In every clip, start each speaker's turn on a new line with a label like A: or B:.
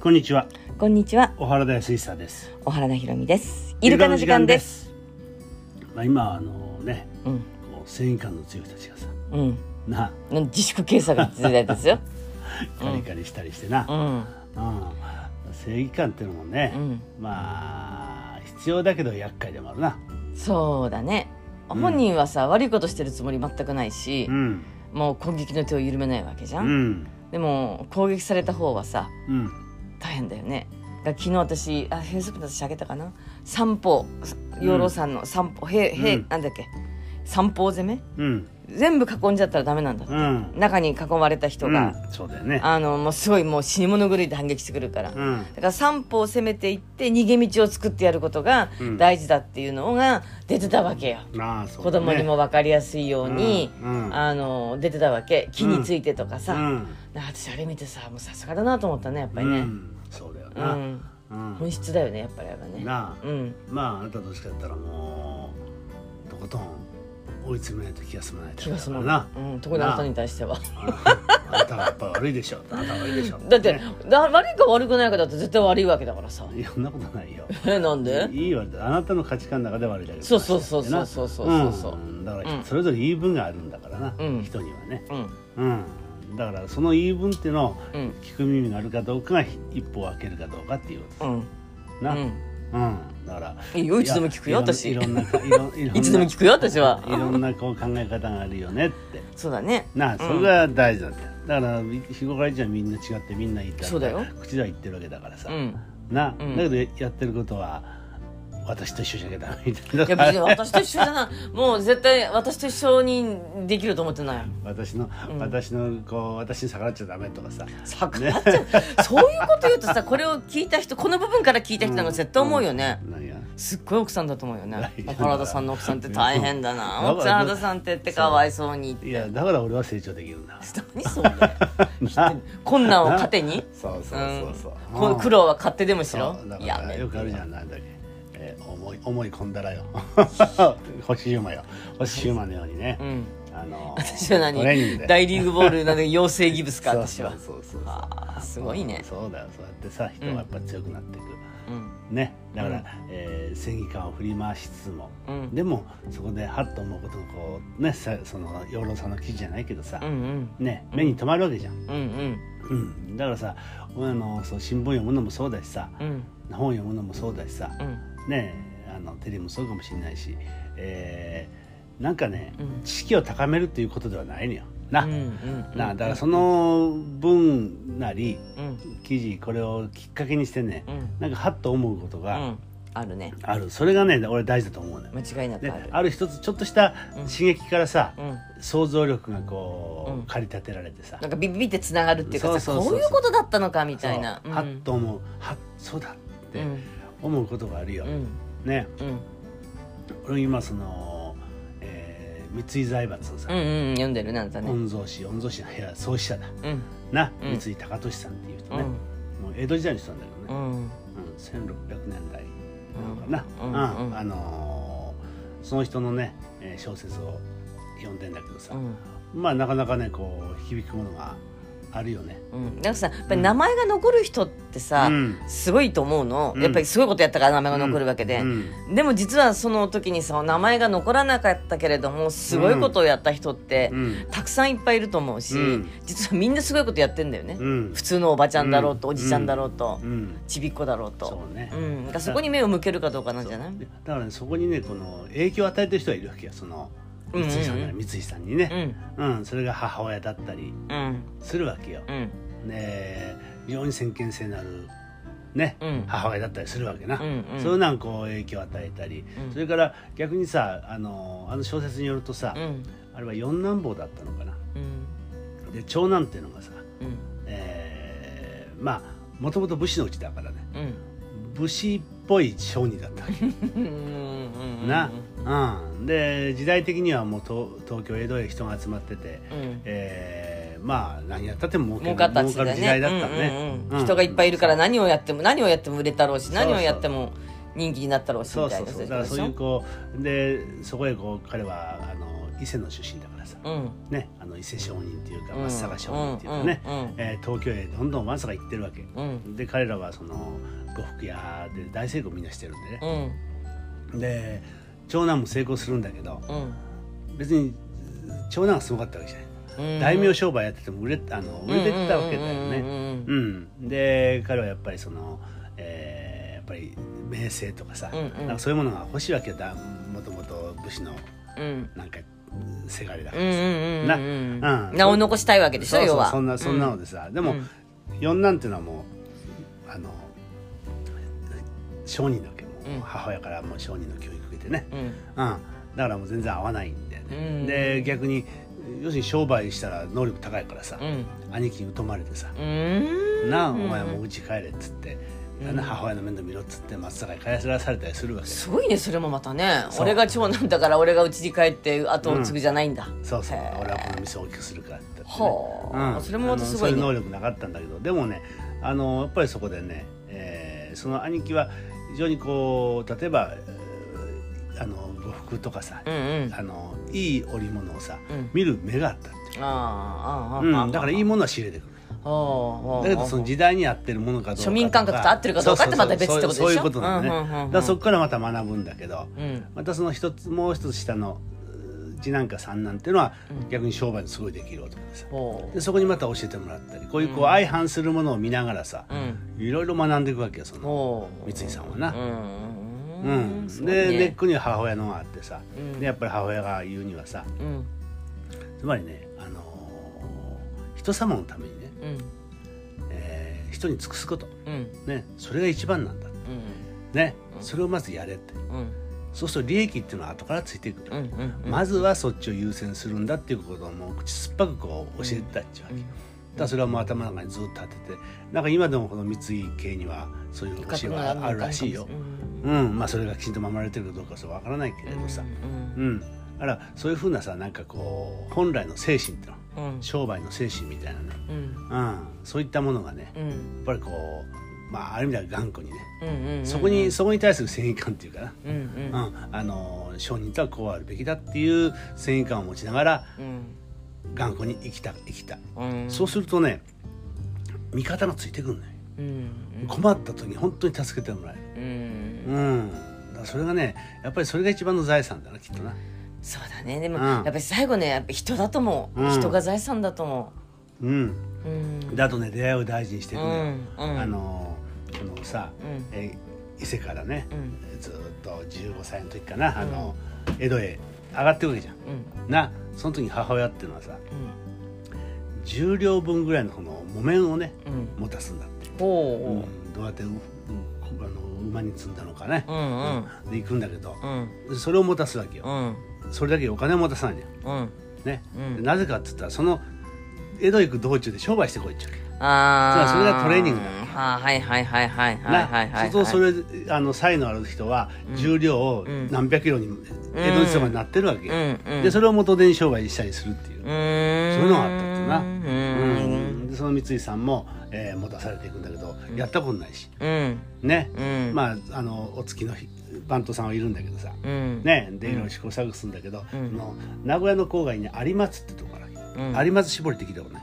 A: こんにちは
B: こんにちは、
A: 小原大水産です
B: 小原田裕美です。イルカの時間です。
A: すまあ今あのね
B: うん、
A: こう正義感の強い人たちがさ
B: うん、
A: な
B: の自粛警察が時代ですよ。
A: カリカリしたりしてな
B: う、ん、
A: うん、正義感ってのもね
B: う、ん、
A: まあ必要だけど厄介でもあるな
B: そうだね。
A: うん
B: 本人はさ、悪いことしてるつもり全くないし
A: う、ん
B: もう攻撃の手を緩めないわけじゃ。
A: うんん
B: でも攻撃された方はさ、
A: うん
B: 大変だよね。だから昨日私あフェイスブックで私あげたかな三方養老さんの三方へへ、
A: うん
B: なんだっけ三方攻め
A: うん
B: 全部囲んじゃったらダメなんだって、
A: うん
B: 中に囲まれた人が、
A: うんそうだよね
B: あのもうすごいもう死に物狂いで反撃してくるから、だ
A: うん
B: から三歩を攻めていって逃げ道を作ってやることが
A: うん
B: 大事だっていうのが出てたわけよ、
A: まあそう
B: 子
A: だね
B: 供にも分かりやすいように、
A: うんうん
B: あの出てたわけ木についてとかさ、
A: うん
B: なんか私あれ見てさもうさすがだなと思ったねやっぱ
A: う
B: りね、
A: んそうだよ
B: う
A: な、
B: ん
A: うん
B: 本質だよねやっぱりあれはね
A: なあ
B: うん
A: まああなたどっちかやったらもうとことん追い詰めないと気が済まない
B: 気がする
A: なな
B: な、うん、特にあなたに対しては
A: あなたはやっぱ悪いでしょあなたは悪いでしょ
B: だって、
A: ね
B: だ悪いか悪くないかだって絶対悪いわけだからさ
A: いやそんなことないよ
B: えなんで
A: いいわあなたの価値観の中で悪いだけの話
B: そうそうそう
A: だ
B: そ
A: よ
B: うそうそう
A: な
B: そうそう
A: うんだか
B: うん
A: らそれぞれ言い分があるんだからな、
B: うん
A: 人にはね
B: うん
A: うんだからその言い分っていうのを
B: うん
A: 聞く耳があるかどうかが一歩を開けるかどうかっていうこ
B: うん
A: とな
B: う
A: うん、
B: ん
A: だから
B: いいよいつでも聞く
A: いや
B: よ私
A: いろんないろんいろん ない
B: つでも聞くよ私はい
A: ろんなこう考え方があるよねって
B: そうだね
A: なあそれが大事なんだよ、だから日頃からじゃみんな違ってみんな言いたい
B: そうだよ
A: 口では言ってるわけだからさ、
B: うん
A: な、
B: うん
A: だけどやってることは私と一緒じゃなきゃダメみたいない
B: や別に私と一緒じゃないもう絶対私と一緒にできると思ってない
A: 私の、
B: うん
A: 私のこう私に逆らっちゃダメとかさ
B: 逆らっちゃう、そういうこと言うとさこれを聞いた人この部分から聞いた人なんか絶対思うよね、
A: 何が
B: すっごい奥さんだと思うよね
A: いや
B: 原田さんの奥さんって大変だな
A: うん
B: 奥さん原田さんってってかわいそうにって
A: いやだから俺は成長できるんだ
B: 何それ困難を糧に
A: そうそうそうそう、
B: うんこの苦労は勝手でもしろ
A: そうだか
B: や
A: ら
B: め
A: よくあるじゃんなんだっけ、えー、思い思い込んだらよ 星馬よ星馬のようにね、
B: うん
A: あの
B: 私は
A: トレーニング
B: 何
A: で
B: 大リーグボールなんで養成ギブスか
A: そう
B: 私
A: そう
B: は
A: そうそうそう
B: あーすごいね
A: そうだよそうやってさ人がやっぱ強くなっていく、
B: うん
A: ねだから、
B: うん
A: えー正義感を振り回しつつも、
B: うん
A: でもそこでハッと思うことがこうねさその養老さんの記事じゃないけどさ
B: う、ん
A: ね目に留まるわけじゃん、
B: うんうん
A: うん、だからさ俺あのそう新聞読むのもそうだしさ
B: うんうん
A: 本読むのもそうだしさ、
B: うん
A: ねあのテレビもそうかもしれないし、えーなんかね、
B: うん
A: 知識を高めるっていうことではないのよ
B: う
A: な、
B: んうん
A: なだからその分なり
B: うん
A: 記事これをきっかけにしてね、
B: うん
A: なんかハッと思うこと
B: う
A: が
B: んあるね
A: ある、それがね俺大事だと思うのよ。
B: 間違いな
A: で
B: くある
A: ある一つちょっとした
B: うん
A: 刺激からさ、
B: うん
A: 想像力がこう、
B: うん
A: 駆り立てられてさ
B: なんかビビビってつながるっていうかさ
A: そうそうそうそ
B: こ
A: う
B: ういうことだったのかみたいな
A: そう
B: うん
A: はっと思うはっそうだっ
B: う
A: て
B: ん
A: 思うことがあるよ、
B: うん
A: ね
B: うん
A: 俺今その、えー三井財閥のさ、
B: うんうん読んでるなんだね
A: 御曹司御曹司の部屋創始者だ
B: うん
A: な、
B: うん
A: 三井高利さんっていう人
B: う
A: ね、
B: ん
A: もう江戸時代の人なんだけ
B: う
A: どね、
B: ん
A: うん1600年代
B: うん
A: なの
B: う
A: か
B: ん
A: な、うん
B: うん
A: あのーその人のね、えー小説を読んでんだけどさ、
B: うん
A: まあなかなかねこう響くものがあるよね。
B: うんなんかさやっぱり名前が残る人ってさ
A: うん
B: すごいと思うの
A: うん
B: やっぱりすごいことやったから名前が残るわけで
A: うん
B: でも実はその時にその名前が残らなかったけれどもすごいことをやった人って、
A: うん
B: たくさんいっぱいいると思うし、
A: うん
B: 実はみんなすごいことやってんだよね、
A: うん
B: 普通のおばちゃんだろうと、
A: うん
B: おじちゃんだろうと、
A: うん
B: ちびっこだろうと
A: そうね
B: う、ん、だからそこに目を向けるかどうかなんじゃない
A: そうだからねそこにねこの影響を与えてる人がいるわけよその
B: う
A: 三
B: んうんうん
A: 井さんなら三井さんに
B: う
A: ね、
B: ん
A: うんそれが母親だったり
B: うん
A: するわけよ。
B: うん
A: ね非常に先見性のある、ね
B: うん
A: 母親だったりするわけな、
B: うんうん
A: そういうなんこう影響を与えたり、
B: うん
A: それから逆にさあのあの小説によるとさ、
B: うん
A: あれは四男坊だったのかな
B: うん
A: で長男っていうのがさ、
B: うん
A: えーまあもともと武士のうちだからね
B: うん
A: 武士っぽい商人だったわけ
B: うんうんうん
A: な、うん、で時代的にはもうと東京江戸へ人が集まってて、
B: うん
A: えーまあ何やったっても儲け
B: 儲かったっつって
A: 儲かる時代だったね
B: ね、うんうんうん人がいっぱいいるから何をやっても何をやっても売れたろうし
A: そう
B: 何をやっても人気になったろうし
A: そ
B: み
A: う
B: た
A: そ
B: いうな
A: そうだからそういうこうでそこへこう彼はあの伊勢の出身だからさ、
B: うん
A: ね、あの伊勢商人っていうか
B: うん
A: 松坂商人っていうかね、
B: うんうん
A: えー東京へどんどん松坂行ってるわけ、
B: うん
A: で彼らはその呉服屋で大成功みんなしてるんでね、
B: うん
A: で長男も成功するんだけど
B: うん
A: 別に長男がすごかったわけじゃない、
B: うん
A: 大名商売やってても売れあの売れてったわけだよね、
B: うんうん
A: うん、で彼はやっぱりその、えーやっぱり名声とかさ、
B: うんうん
A: なんかそういうものが欲しいわけよだもともと武士の
B: うん
A: なんかせがれだか
B: うんう
A: らさ、
B: ん
A: な
B: うん
A: う
B: うんん名を残したいわけでし
A: そ
B: ょ
A: う
B: 要
A: そう
B: は
A: そんなそんなの
B: で
A: でさ、でも、四男っていうのはもうあの商人なわけもう、
B: うん
A: 母親からもう商人の教育受けてね、
B: うんう
A: う
B: ん
A: ん、だからもう全然合わないんだよね、
B: うん
A: で逆に要するに商売したら能力高いからさ、
B: うん
A: 兄貴に疎まれてさ、
B: うん
A: なあお前
B: う
A: は
B: ん
A: もう家帰れっつって、なんだ母親の面倒見ろっつって松坂に帰らされたりするわけ
B: すごいねそれもまたね
A: そう
B: 俺が長男だから俺が家に帰って後を継ぐじゃないんだ、
A: そうそう
B: へえ
A: 俺はこの店を大きくするからって言ってね
B: はあそれもまたすごいね
A: あのそういう能力なかったんだけどでもねあのやっぱりそこでね、えーその兄貴は非常にこう例えばえーあの呉服とかさ、
B: うんうん
A: あのいい織物をさ、
B: うん
A: 見る目があったって
B: ああああああ
A: いう、うん、だからいいものは仕入れてくる
B: ほうほうほう
A: だけどその時代に合ってるものかどうかとか
B: 庶民感覚と合ってるかどうかってまた別ってことでしょ
A: そうそうそうそういうことなんだね、
B: うんうんうん
A: だ
B: うん
A: からそこからまた学ぶんだけど、
B: うん
A: またその一つもう一つ下のうー次男か三男っていうのは逆に商売にすごいできる男でさ、
B: ほう
A: でそこにまた教えてもらったりこういうこう相反するものを見ながらさ、
B: うん
A: いろいろ学んでいくわけよその
B: ほう
A: 三井さんはな
B: う。
A: うんん
B: すごい
A: でネッ
B: ね
A: クには母親のがあってさ、
B: うん
A: でやっぱり母親が言うにはさ
B: うん
A: つまりね、あのー人様のためにね、
B: うん
A: えー人に尽くすこと、
B: うん
A: ね、それが一番なんだ、ね、それをまずやれって
B: うん
A: そうすると利益っていうのは後からついてくる。
B: うんうんうん
A: まずはそっちを優先するんだっていうことをもう口酸っぱくこう教えてたっちゅうわけ、
B: うん
A: だからそれはもう頭の中にずっと当ててなんか今でもこの三井系にはそういう教えはあるらしいよ
B: う、ん
A: うんまあ、それがきちんと守られてるかどうかはそれは分からないけれどさ、うんあらそういうふうなさなんかこう本来の精神っていうの
B: うんうん
A: 商売の精神みたいなね、
B: うん
A: うん、そういったものがね
B: う
A: や
B: ん
A: っぱりこう、まあ、ある意味では頑固にね
B: うんうん
A: そこにそこに対する正義感っていうかな、
B: うん
A: うん、あの商人とはこうあるべきだっていう正義感を持ちながら
B: うん
A: 頑固に生きた生きた、
B: うん
A: そうするとね味方がついてくるのよ、
B: うん
A: 困った時に本当に助けてもらえる
B: うん
A: うんだからそれがねやっぱりそれが一番の財産だなきっとな
B: そうだねでも、
A: うん
B: やっぱり最後ねやっぱ人だと思う、
A: うん
B: 人が財産だと思
A: うん
B: ううん
A: だとね出会いを大事にしていくのよ、
B: うんうん
A: あのこのさ、
B: うん
A: え伊勢からね、
B: うん
A: ずっと15歳の時かなあの、江戸へ上がっていくわけじゃん
B: うん
A: なその時に母親っていうのはさ
B: う
A: 10両分ぐらいのこの木綿をね
B: んうん
A: 持たすんだって、う
B: ほ
A: ん、どうやってう、うん、あの馬に積んだのかね
B: う、うん
A: で行くんだけど
B: うんうん
A: それを持たすわけ
B: う
A: よ
B: ん
A: それだけお金を持たさないのよ
B: うん
A: ね、
B: うん
A: でなぜかっつったらその江戸行く道中で商売してこいっちゅうわけ
B: ああ
A: つまりそれがトレーニングだ
B: はあはいはいはいはいはいはいはい
A: なそうするとそれあの才能ある人は重量を
B: うん
A: 何百キロに江戸にそばになってるわけよ、
B: うんうん
A: でそれを元手に商売したりするっていう、
B: うーん
A: そういうのがあったってな
B: うん
A: うんでその三井さんも、えー持たされていくんだけど、やったことないし
B: うん
A: ね、
B: うん
A: まああのお月の日番頭さんはいるんだけどさ、
B: うん
A: ねでいろいろ試行錯誤するんだけど、
B: うん
A: その名古屋の郊外に有松ってとこがあるわけ、
B: うん
A: 有松絞りって聞いたことない、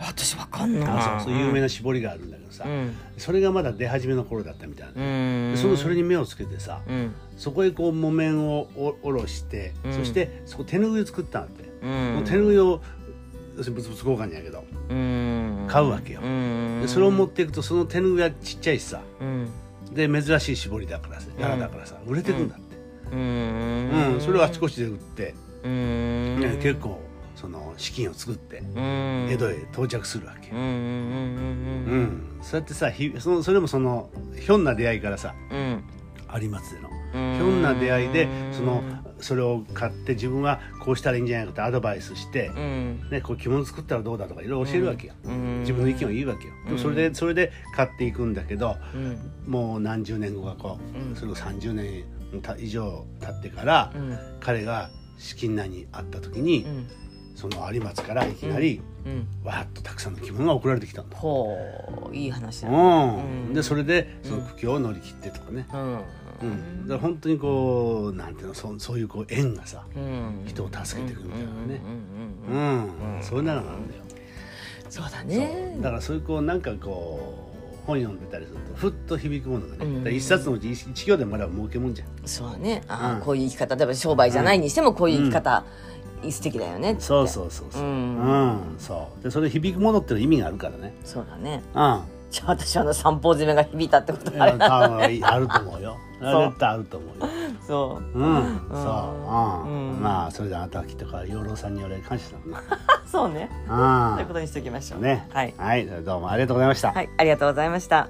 B: 私わかんない
A: あそうそう有名な絞りがあるんだけどさ、
B: うん
A: それがまだ出始めの頃だったみたいな、
B: う
A: で
B: ん
A: そのそれに目をつけてさ、
B: うん
A: そこへこう木綿をおおろして、
B: うん
A: そしてそこ手拭いを作ったんだって、
B: うん
A: もう手拭いを要するに物々交換やけど
B: うん
A: 買うわけよ
B: うん
A: でそれを持っていくとその手拭いはちっちゃいしさ
B: うん
A: で珍しい絞りだからさ
B: ん
A: 柄だからさ売れてくんだって、
B: う
A: うん
B: ん
A: それをあちこちで売って、
B: うん
A: ね結構その資金を作って
B: うん
A: 江戸へ到着するわけ、
B: うんうん
A: う
B: うん
A: んそうやってさひそのそれもそのひょんな出会いからさ
B: うん
A: 有松での
B: うん
A: ひょんな出会いでそのそれを買って自分はこうしたらいいんじゃないかってアドバイスして、
B: うん
A: ね、こう着物作ったらどうだとかいろいろ教えるわけよ、
B: うん
A: 自分の意見を言うわけよ、でもそれでそれで買っていくんだけど、
B: うん
A: もう何十年後かこう、
B: うん
A: それを30年た以上経ってから、
B: うん
A: 彼が資金難にあった時に、
B: うん
A: その有松からいきなり、
B: うん
A: わーっとたくさんの着物が送られてきたんだ、
B: ほういい話だ
A: うん
B: うん
A: でそれでその苦境を乗り切ってとかね、
B: うん
A: うん、だから本当にこうなんていうのそそういうこう縁がさ人を助けていくみたいなねうん、そういうのなんだよ、
B: そうだね
A: だからそういうこうなんかこう本読んでたりするとふっと響くものがね、
B: うん
A: だから一冊のうち一一行でもまだ儲けもんじゃん
B: そうだねあ
A: うん
B: ーこういう生き方例えば商売じゃないにしてもこういう生き方、素敵だよねって
A: そうそうそうそう
B: う
A: うんん、そうでそれ響くものっていうのは意味があるからね
B: そうだね
A: うん
B: じゃあ私あの三方攻めが響いたってことあれ
A: 多分あると思うよ
B: そう
A: 絶対あると思うよ
B: そう
A: うん、そう、うん、
B: うん
A: まあそれであなたはきっとから養老さんにお礼感謝だもんね。
B: そうね。ということ
A: う
B: にしておきましょう。
A: ん、ね、
B: はい。
A: はい、どうもありがとうございました。
B: はい、ありがとうございました。